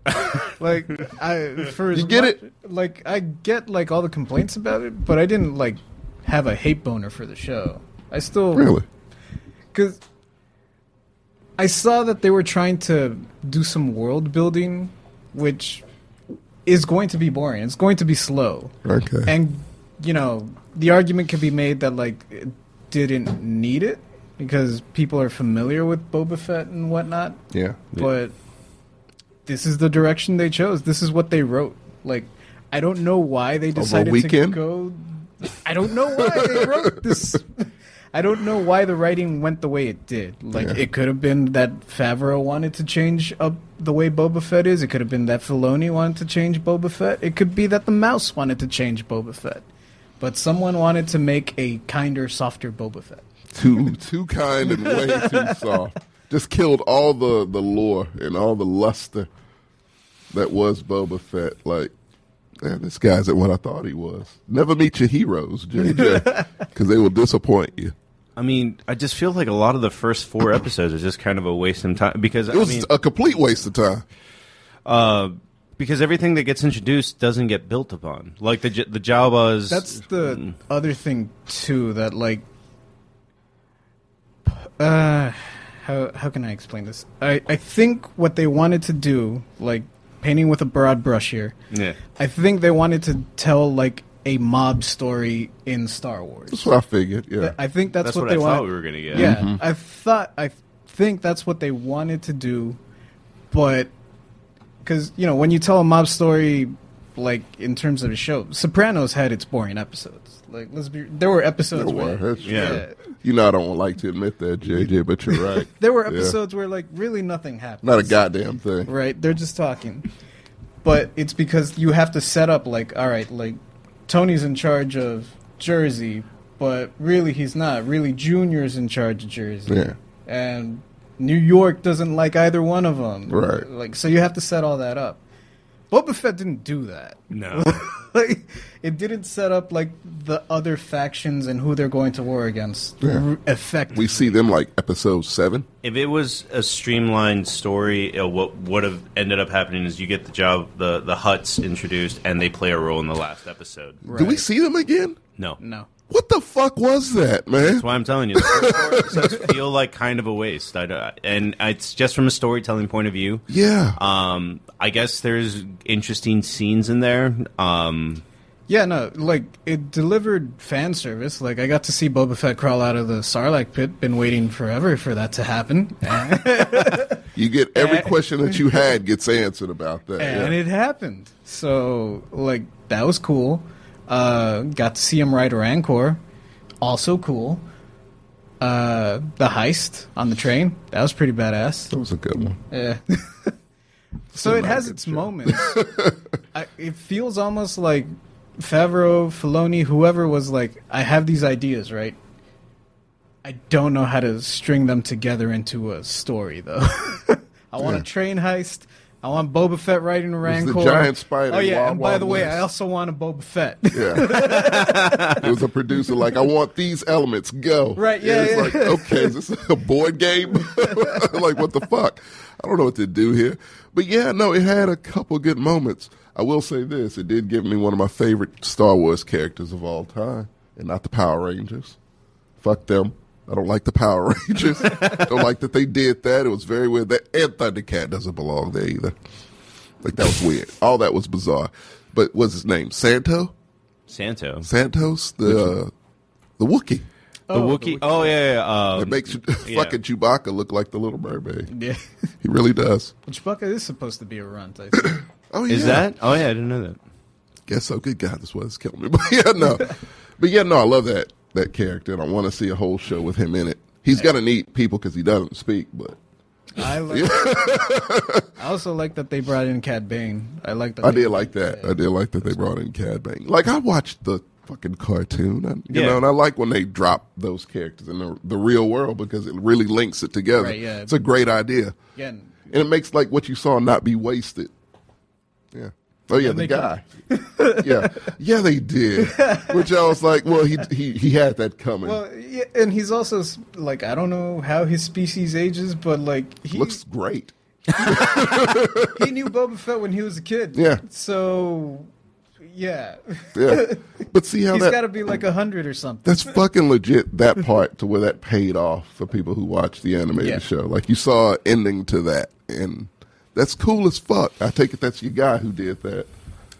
Like I for as You get mu- it? Like I get like all the complaints about it, but I didn't like have a hate boner for the show. I still Really, because I saw that they were trying to do some world building, which is going to be boring. It's going to be slow, okay. and you know the argument could be made that like it didn't need it because people are familiar with Boba Fett and whatnot. yeah, But this is the direction they chose. This is what they wrote. Like I don't know why they decided weekend? to go. I don't know why they wrote this. I don't know why the writing went the way it did. Like Yeah. it could have been that Favreau wanted to change up the way Boba Fett is. It could have been that Filoni wanted to change Boba Fett. It could be that the mouse wanted to change Boba Fett. But someone wanted to make a kinder, softer Boba Fett. too too kind and way too soft. Just killed all the the lore and all the luster that was Boba Fett. Like, man, this guy's at what I thought he was. Never meet your heroes, JJ, because they will disappoint you. I mean, I just feel like a lot of the first four episodes are just kind of a waste of time because It was I mean, a complete waste of time. uh, because everything that gets introduced doesn't get built upon. Like the J- the Jawas. That's the mm. other thing too that like p- uh how how can I explain this? I I think what they wanted to do, like painting with a broad brush here. yeah. I think they wanted to tell like a mob story in Star Wars. That's what I figured. Yeah, I think that's, That's what, what, they I wanted. thought we were gonna get. Yeah, Mm-hmm. I thought I think that's what they wanted to do, but because you know when you tell a mob story, like in terms of a show, Sopranos had its boring episodes. Like let's be, there were episodes There were, where that's true. Yeah. you know I don't like to admit that, JJ, but you're right. there were Yeah. episodes where like really nothing happened. Not a goddamn thing. right? They're just talking. But it's because you have to set up like, all right, like Tony's in charge of Jersey, but really he's not. Really, Junior's in charge of Jersey, Yeah. and New York doesn't like either one of them, Right. Like, so you have to set all that up. Boba Fett didn't do that. No. Like, it didn't set up like the other factions and who they're going to war against Yeah. r- effectively. We see them like episode seven. If it was a streamlined story, uh, what would have ended up happening is you get the job, the the huts introduced, and they play a role in the last episode. Do we see them again? No, no. What the fuck was that, man? That's why I'm telling you. The first four episodes feel like kind of a waste. I, don't- and it's just from a storytelling point of view. Yeah. Um, I guess there's interesting scenes in there. Um, Yeah, no, like it delivered fan service. Like I got to see Boba Fett crawl out of the Sarlacc pit. Been waiting forever for that to happen, and, you get every question that you had gets answered about that. and yeah. it happened. So like that was cool. Uh, got to see him ride a Rancor, also cool. Uh, the heist on the train that was pretty badass. that was a good one. Yeah. so it not has a good its show. moments. I, it feels almost like Favreau, Filoni, whoever was like, I have these ideas, right? I don't know how to string them together into a story, though. I want Yeah. a train heist. I want Boba Fett riding a was the Rancor. giant spider, Oh yeah, Wild and by Wild the way, West. I also want a Boba Fett. Yeah. it was a producer like, I want these elements. Go. Right, And yeah, It's yeah. like, okay, is this a board game? like, what the fuck? I don't know what to do here. But yeah, no, it had a couple good moments. I will say this: it did give me one of my favorite Star Wars characters of all time, and not the Power Rangers. Fuck them. I don't like the Power Rangers. don't like that they did that. It was very weird. That and Thundercat doesn't belong there either. Like that was weird. All that was bizarre. But what's his name? Santo. Santo. Santos, the uh, the Wookiee the, Wookiee. Oh, yeah, yeah. Um, that makes yeah. fucking Chewbacca look like the Little Mermaid. yeah. He really does. Which Chewbacca is supposed to be a runt, I think. Oh, yeah. Is that? Oh, yeah, I didn't know that. Guess so. Good God, this was killing me. But yeah, no. but yeah, no. I love that that character, and I want to see a whole show with him in it. He's gonna need people because he doesn't speak, but I like. I also like that they brought in Cad Bane. I like that. I they- did like that. I did like that they brought in Cad Bane. Like I watched the fucking cartoon, I, you Yeah. know, and I like when they drop those characters in the, the real world because it really links it together. Right, yeah. It's a great idea. Again, and it makes like what you saw not be wasted. Yeah. Oh yeah, the they guy. yeah, yeah, they did. Which I was like, well, he he he had that coming. Well, yeah, and he's also s- like I don't know how his species ages, but like he Looks great. he knew Boba Fett when he was a kid. Yeah. So, yeah, Yeah, but see how he's that got to be like a hundred or something. that's fucking legit. That part to where that paid off for people who watched the animated Yeah. show. Like you saw an ending to that, and that's cool as fuck. I take it that's your guy who did that,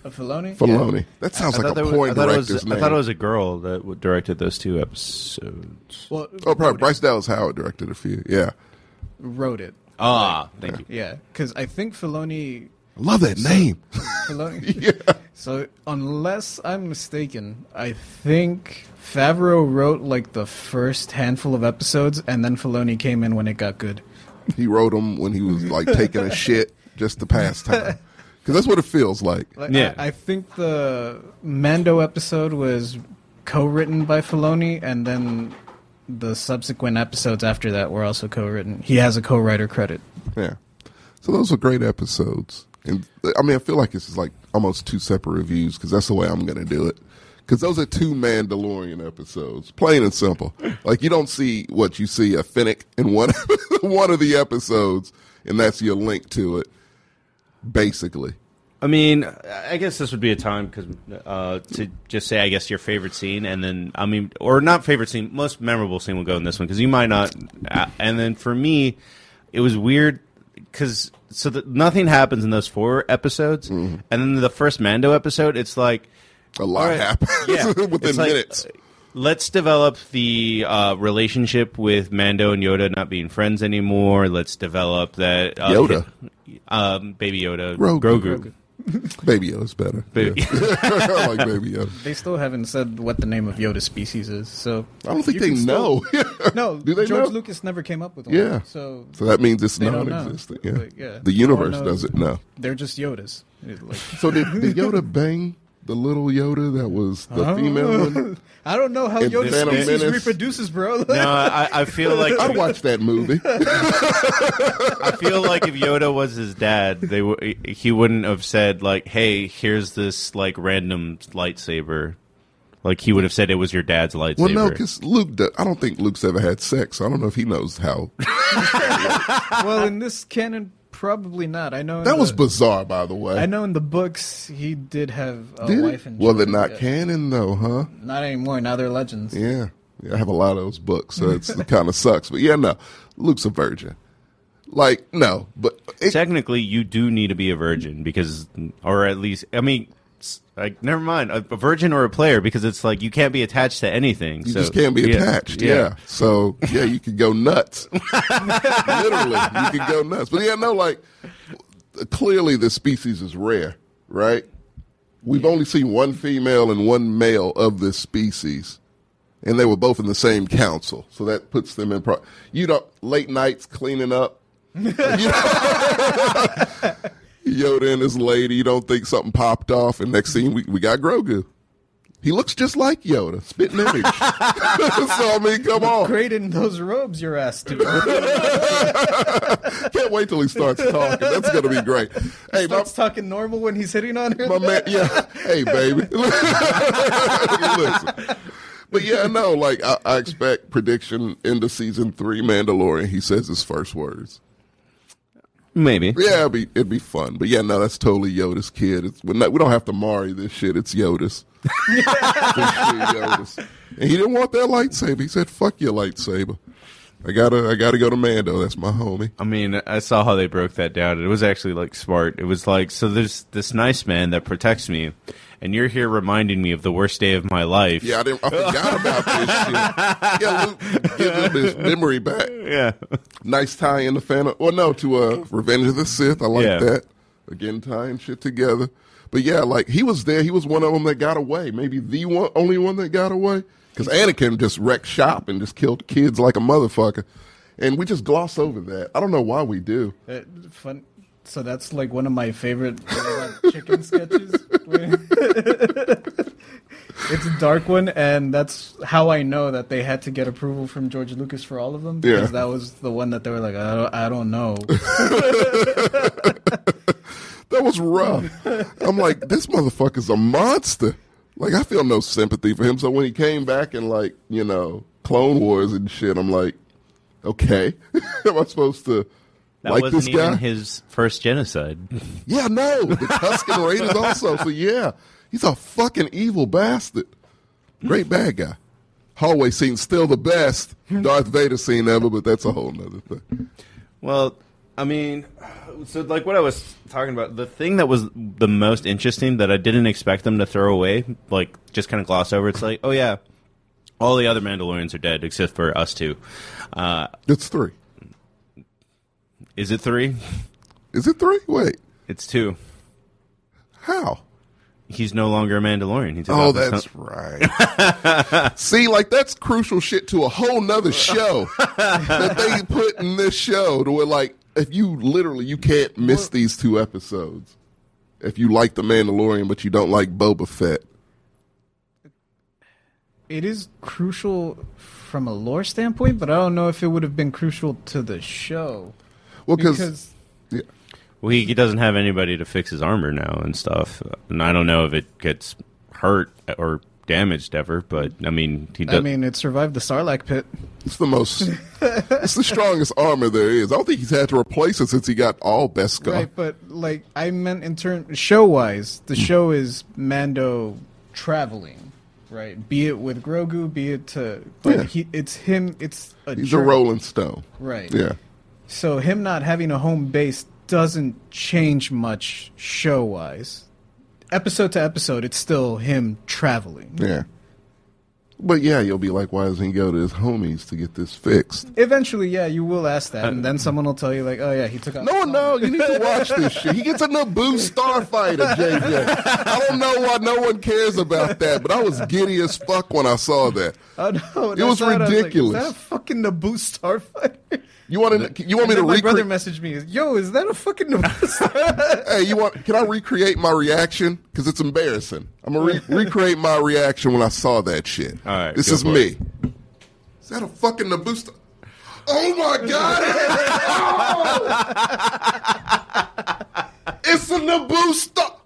A Filoni. Filoni. That sounds like a that was- porn thought it director's was, name. I thought it was a girl that w- directed those two episodes. Well, oh, probably Bryce Dallas Howard directed a few. Yeah, wrote it. Ah, thank you. Yeah, because I think Filoni. love that name. Filoni. So, unless I'm mistaken, I think Favreau wrote like the first handful of episodes, and then Filoni came in when it got good. He wrote them when he was like taking a shit just to pass time. Because that's what it feels like. Like, Yeah. I, I think the Mando episode was co-written by Filoni, and then the subsequent episodes after that were also co-written. He has a co-writer credit. Yeah. So those were great episodes. And I mean, I feel like this is like almost two separate reviews because that's the way I'm going to do it. Because those are two Mandalorian episodes, plain and simple. Like you don't see what you see a Finnick in one one of the episodes, and that's your link to it, basically. I mean, I guess this would be a time because uh, to just say, I guess your favorite scene, and then I mean, or not favorite scene, most memorable scene will go in this one because you might not. uh, And then for me, it was weird because so that nothing happens in those four episodes, Mm-hmm. and then the first Mando episode, it's like A lot all right, happens yeah, within it's like, minutes. uh, Let's develop the uh, relationship with Mando and Yoda not being friends anymore. Let's develop that uh, Yoda. um, Baby Yoda, Grogu. Grogu. Baby Yoda's better. Baby- Yeah. I like Baby Yoda. They still haven't said what the name of Yoda species is, so I don't think you they can know. still- no, Do they George know? Lucas never came up with one. Yeah. so So that means it's They don't know. non-existent. Yeah. Like, yeah. The universe Or no. doesn't know. they're just Yodas. It, like- So did, did Yoda bang the little Yoda that was the Oh. female one? I don't know how In Yoda Phantom species Menace- reproduces, bro. No, I, I feel like I'd watch that movie. I feel like if Yoda was his dad, they w- he wouldn't have said like, "Hey, here's this like random lightsaber." Like he would have said it was your dad's lightsaber. well, no, because Luke. Do, I don't think Luke's ever had sex. So I don't know if he knows how. well, in this canon Probably not. I know in That was the- bizarre, by the way. I know in the books he did have a Did it? wife and well, they're children, not yeah. canon though, huh? Not anymore. Now they're legends. Yeah. yeah, I have a lot of those books, so it's, it kind of sucks. But yeah, no, Luke's a virgin. Like no, but it, Technically, you do need to be a virgin because, or at least, I mean, s- like, never mind, a, a virgin or a player because it's like you can't be attached to anything. you so, just can't be yeah, attached. Yeah. So yeah, you could go nuts. Literally, you could go nuts. But yeah, no, like clearly this species is rare, right? We've only seen one female and one male of this species. And they were both in the same council, so that puts them in. Pro- you don't late nights cleaning up. You know? Yoda and his lady. You don't think something popped off, and next scene we, we got Grogu. He looks just like Yoda, spitting image. so I mean, come on. Great in those robes you're asked to. Can't wait till he starts talking. That's gonna be great. Hey, my, Starts talking normal when he's hitting on her. my man, yeah. Hey, baby. Listen. But yeah, no, like I, I expect prediction into season three, Mandalorian. He says his first words. Maybe. Yeah, it'd be it'd be fun. But yeah, no, that's totally Yoda's kid. It's, we're not, we don't have to Mari this shit. It's Yoda's. It's really Yoda's. And he didn't want that lightsaber. He said, "Fuck your lightsaber. I gotta I gotta go to Mando. That's my homie." I mean, I saw how they broke that down. It was actually like smart. It was like, so there's this nice man that protects me, and you're here reminding me of the worst day of my life. Yeah, I didn't. I forgot about this shit. Yeah, Luke gives him his memory back. Yeah. Nice tie in the Phantom. Well, no, to uh, Revenge of the Sith. I like Yeah. that. Again, tying shit together. But yeah, like he was there. He was one of them that got away. Maybe the one, only one that got away. Because Anakin just wrecked shop and just killed kids like a motherfucker. And we just gloss over that. I don't know why we do. Uh, fun. So that's like one of my favorite uh, chicken sketches. it's a dark one, and that's how I know that they had to get approval from George Lucas for all of them because Yeah. that was the one that they were like, I don't, I don't know. That was rough. I'm like, this motherfucker's a monster. Like, I feel no sympathy for him. So when he came back and like, you know, Clone Wars and shit, I'm like, okay, am I supposed to That like wasn't this even guy? his first genocide. yeah, no, the Tuscan Raiders also. So yeah, he's a fucking evil bastard. Great bad guy. Hallway scene still the best Darth Vader scene ever, but that's a whole nother thing. Well, I mean, so like what I was talking about, the thing that was the most interesting that I didn't expect them to throw away, like just kind of gloss over. It's like, oh yeah, all the other Mandalorians are dead except for us two. Uh, It's three. is it three? Is it three? Wait, It's two. how? He's no longer a Mandalorian. He took Oh, off his that's helmet. right. See, like that's crucial shit to a whole nother show that they put in this show to where like if you literally you can't miss these two episodes. If you like The Mandalorian but you don't like Boba Fett. it is crucial from a lore standpoint, but I don't know if it would have been crucial to the show Well, cause, because yeah. Well, he doesn't have anybody to fix his armor now and stuff, and I don't know if it gets hurt or damaged ever. But I mean, he does. I mean it survived the Sarlacc pit. It's the most. it's the strongest armor there is. I don't think he's had to replace it since he got all Beskar. Right, but like I meant in term show wise, Hmm. the show is Mando traveling, right? Be it with Grogu, be it to but Yeah. he it's him it's a he's a journey, Rolling Stone. Right. Yeah. So him not having a home base doesn't change much show wise. Episode to episode, it's still him traveling. Yeah. But yeah, you'll be like, why doesn't he go to his homies to get this fixed? Eventually, yeah, you will ask that, and then someone will tell you like, "Oh yeah, he took off." Uh, No, no, you need to watch this shit. He gets a Naboo starfighter, JJ. I don't know why no one cares about that, but I was giddy as fuck when I saw that. Oh no, It was ridiculous. Is that a fucking Naboo Starfighter? You want to? You want me And then to my brother recreate? messaged me, "Yo, is that a fucking Naboo Starfighter?" Hey, you want? Can I recreate my reaction? Because it's embarrassing. I'm gonna re- recreate my reaction when I saw that shit. All right, this go is for me. Is that a fucking Naboo? Star- oh my god! Oh! It's a Naboo star.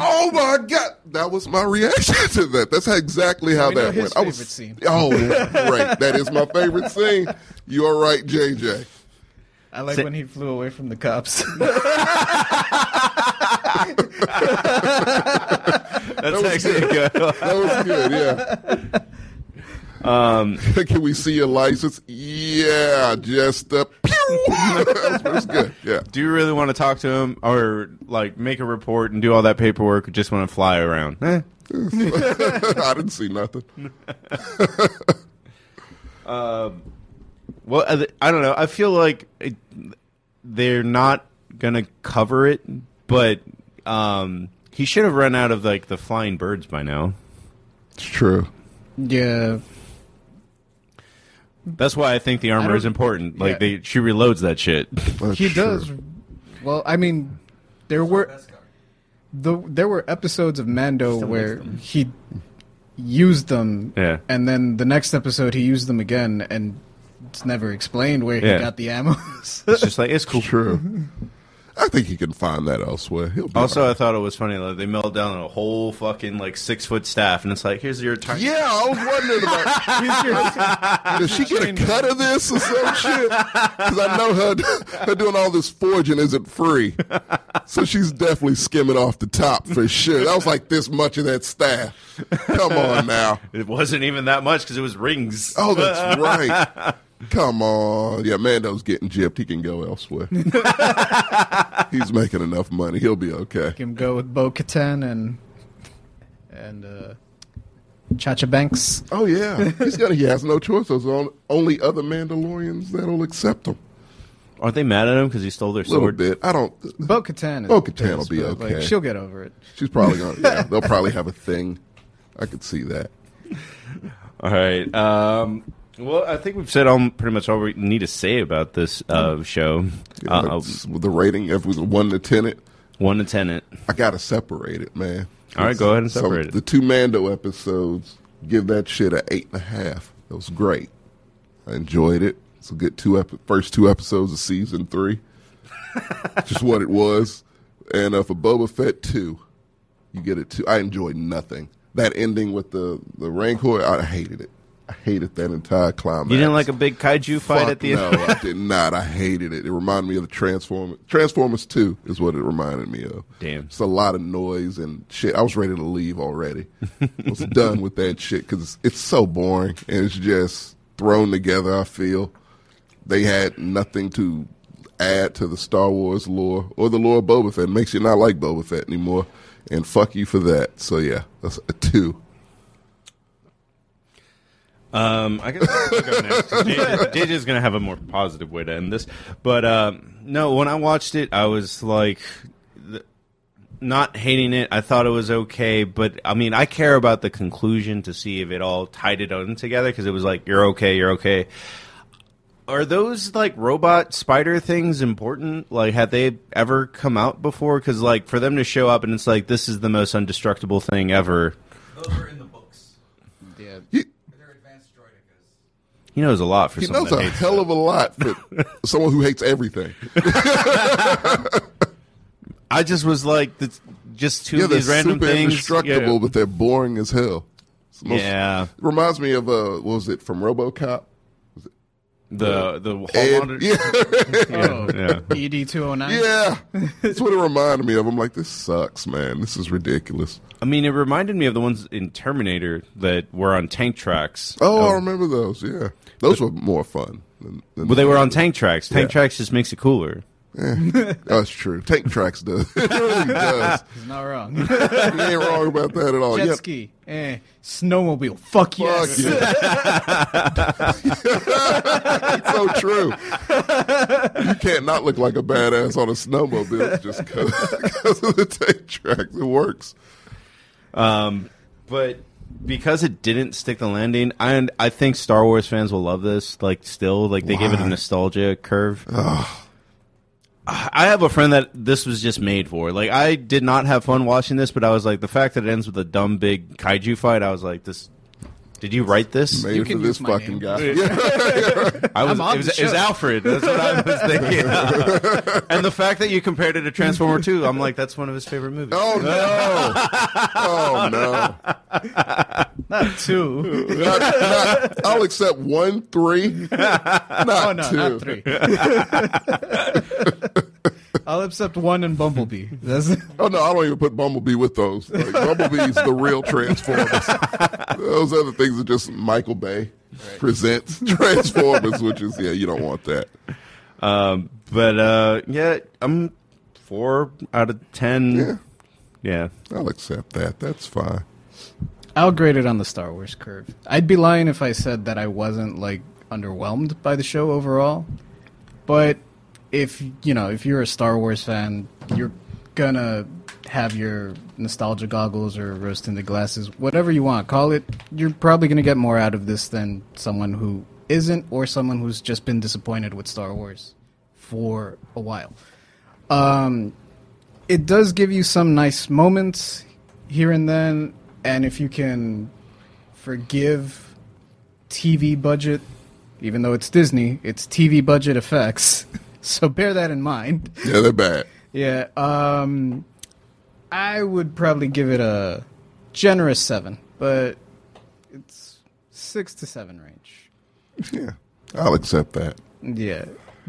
Oh my god! That was my reaction to that. That's how exactly how We know that his went. I was favorite scene. oh right. That is my favorite scene. You are right, JJ. I like Sa- when he flew away from the cops. That's actually good. That was good, yeah. Um, Can we see your license? Yeah, just a pew. that was good, yeah. Do you really want to talk to him or like make a report and do all that paperwork or just want to fly around? Eh. I didn't see nothing. Well, I th- I don't know. I feel like it, they're not gonna cover it, but um, he should have run out of like the flying birds by now. It's true. yeah, That's why I think the I armor don't- is important. Like yeah. they, she reloads that shit. That's he true. does. Well, I mean, there were the, there were episodes of Mando where he used them, Yeah. and then the next episode he used them again, and it's never explained where Yeah. he got the ammo. It's just like it's cool. True. I think he can find that elsewhere. He'll be Also, all I right. thought it was funny. Like they melt down a whole fucking like six foot staff, and it's like here's your time. yeah, I was wondering about. Does she get a cut of this or some shit? Because I know her, her doing all this forging isn't free. So she's definitely skimming off the top for sure. That was like this much of that staff. Come on now. It wasn't even that much because it was rings. Oh, that's right. Come on. Yeah, Mando's getting gypped. He can go elsewhere. He's making enough money. He'll be okay. Him go with Bo Katan and and uh, Chacha Banks. Oh yeah, he's gonna. He has no choice. Those are only other Mandalorians that'll accept him. Aren't they mad at him because he stole their A little sword? bit. I don't. Bo Katan. is Bo-Katan will pissed, be but, okay. Like, she'll get over it. She's probably gonna. Yeah, they'll probably have a thing. I could see that. All right. Um, well, I think we've said all, pretty much all we need to say about this Mm. uh, show. Yeah, Uh, that's- with the rating, if it was one to ten, it one to tenant. I gotta separate it, man. All right, go ahead and So separate it. The two Mando episodes give that shit a eight and a half. It was great. I enjoyed it. It's a good two ep- first two episodes of season three. Just what it was. And uh, for Boba Fett two, you get it too. I enjoyed nothing. That ending with the the Rancor, I hated it. I hated that entire climax. You didn't like a big kaiju fight Fuck at the no, end? I did not. I hated it. It reminded me of the Transformers. Transformers Two is what it reminded me of. Damn. it's a lot of noise and shit. I was ready to leave already. I was done with that shit because it's, it's so boring and it's just thrown together. I feel they had nothing to add to the Star Wars lore or the lore of Boba Fett. It makes you not like Boba Fett anymore. And fuck you for that. So yeah, that's a two. Um, I guess I'll go next. JJ, JJ's gonna have a more positive way to end this, but um, no. When I watched it, I was like, th- not hating it. I thought it was okay, but I mean, I care about the conclusion to see if it all tied it on together because it was like, you're okay, you're okay. Are those like robot spider things important? Like, had they ever come out before? Because like for them to show up and it's like this is the most undestructible thing ever. Those are in the books. Yeah. They're advanced droidicas. He knows a lot for He someone knows that a hates hell that. of a lot for someone who hates everything. I just was like, that's just two yeah, of they're these random super things. indestructible, Yeah. but they're boring as hell. It's the most- Yeah. reminds me of uh, what was it from RoboCop? the the whole Ed- monitor- yeah, Oh, yeah. ED two hundred nine. yeah, that's what it reminded me of. I'm like, this sucks, man. This is ridiculous. I mean, it reminded me of the ones in Terminator that were on tank tracks. Oh, I remember those. Yeah, those were more fun. Than, than Well, they were on tank tracks. Tank Yeah. tracks just makes it cooler. That's true. Tank tracks does. it really does. He's not wrong. You ain't wrong about that at all. Jet Yep. ski. Eh. Snowmobile. Fuck, Fuck yes. yeah. it's so true. You can't not look like a badass on a snowmobile just because of the tape tracks. It works. But because it didn't stick the landing, and I think Star Wars fans will love this. Like, still, like they give it a Why? nostalgia curve. I have a friend that this was just made for. Like, I did not have fun watching this, but I was like, the fact that it ends with a dumb big kaiju fight, I was like, this. Did you write this? Made You for can this use my name. fucking guy. Yeah. I was, I'm on it was, the it was show. Alfred. That's what I was thinking. and the fact that you compared it to Transformer 2, I'm like, that's one of his favorite movies. Oh no. Oh no. Not two. Not- not- I'll accept one three, not Oh no, two. not three. I'll accept one and Bumblebee. That's Oh no, I don't even put Bumblebee with those. Like, Bumblebee's the real Transformers. those other things are just Michael Bay presents Transformers, which is yeah, you don't want that. Um, but uh, yeah, I'm four out of ten. Yeah. Yeah. I'll accept that. That's fine. I'll grade it on the Star Wars curve. I'd be lying if I said that I wasn't like underwhelmed by the show overall. But if you know, if you're a Star Wars fan, you're gonna have your nostalgia goggles or rose tinted glasses, whatever you want to call it. You're probably gonna get more out of this than someone who isn't, or someone who's just been disappointed with Star Wars for a while. Um, it does give you some nice moments here and then, and if you can forgive TV budget, even though it's Disney, it's TV budget effects. So bear that in mind. Yeah, they're bad. Yeah, um, I would probably give it a generous seven, but it's six to seven range. Yeah, I'll accept that. Yeah,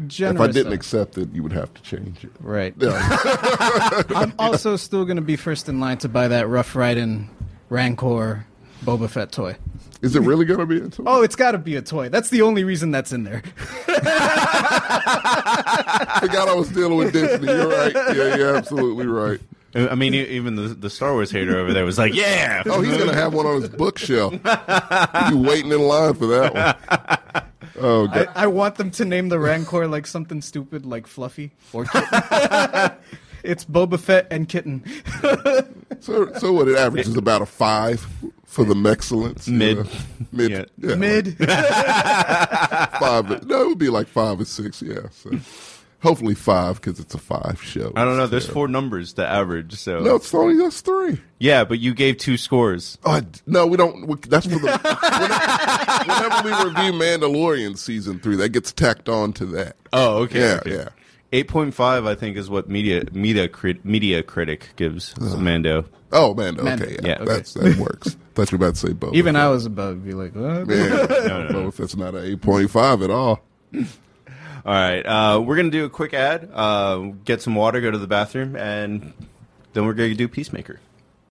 If generous. I didn't seven. accept it, you would have to change it. right. Yeah. I'm also still gonna be first in line to buy that Rough Riding Rancor Boba Fett toy. Is it really gonna be into? Oh, it's got to be a toy. That's the only reason that's in there. I forgot I was dealing with Disney. You're right. Yeah, you're absolutely right. I mean, e- even the, the Star Wars hater over there was like, "Yeah, Oh, he's gonna have one on his bookshelf. You waiting in line for that one? Oh god. I want them to name the Rancor like something stupid, like Fluffy or Kitten. it's Boba Fett and Kitten. So, so what it averages about a five for the excellence. you Mid. know? mid, Yeah. yeah, like Mid. five. No, it would be like five or six. Yeah, so hopefully five because it's a five show. I don't know." There's four numbers to average, so No, it's only that's three. yeah. But you gave two scores. Oh, I d- no, we don't. We, that's for the whenever, whenever we review Mandalorian season three, that gets tacked on to that. Uh, Oh, okay. Yeah, yeah. Eight point five, I think, is what media media crit, media critic gives Mando. Oh man, okay, Mando. yeah, Yeah, okay. That's, that works. Thought you were about to say Boba. Even Fett. I was about to be like, what? man, Boba Fett's not an eight point five at all. All right, uh, we're gonna do a quick ad, uh, get some water, go to the bathroom, and then we're gonna do Peacemaker.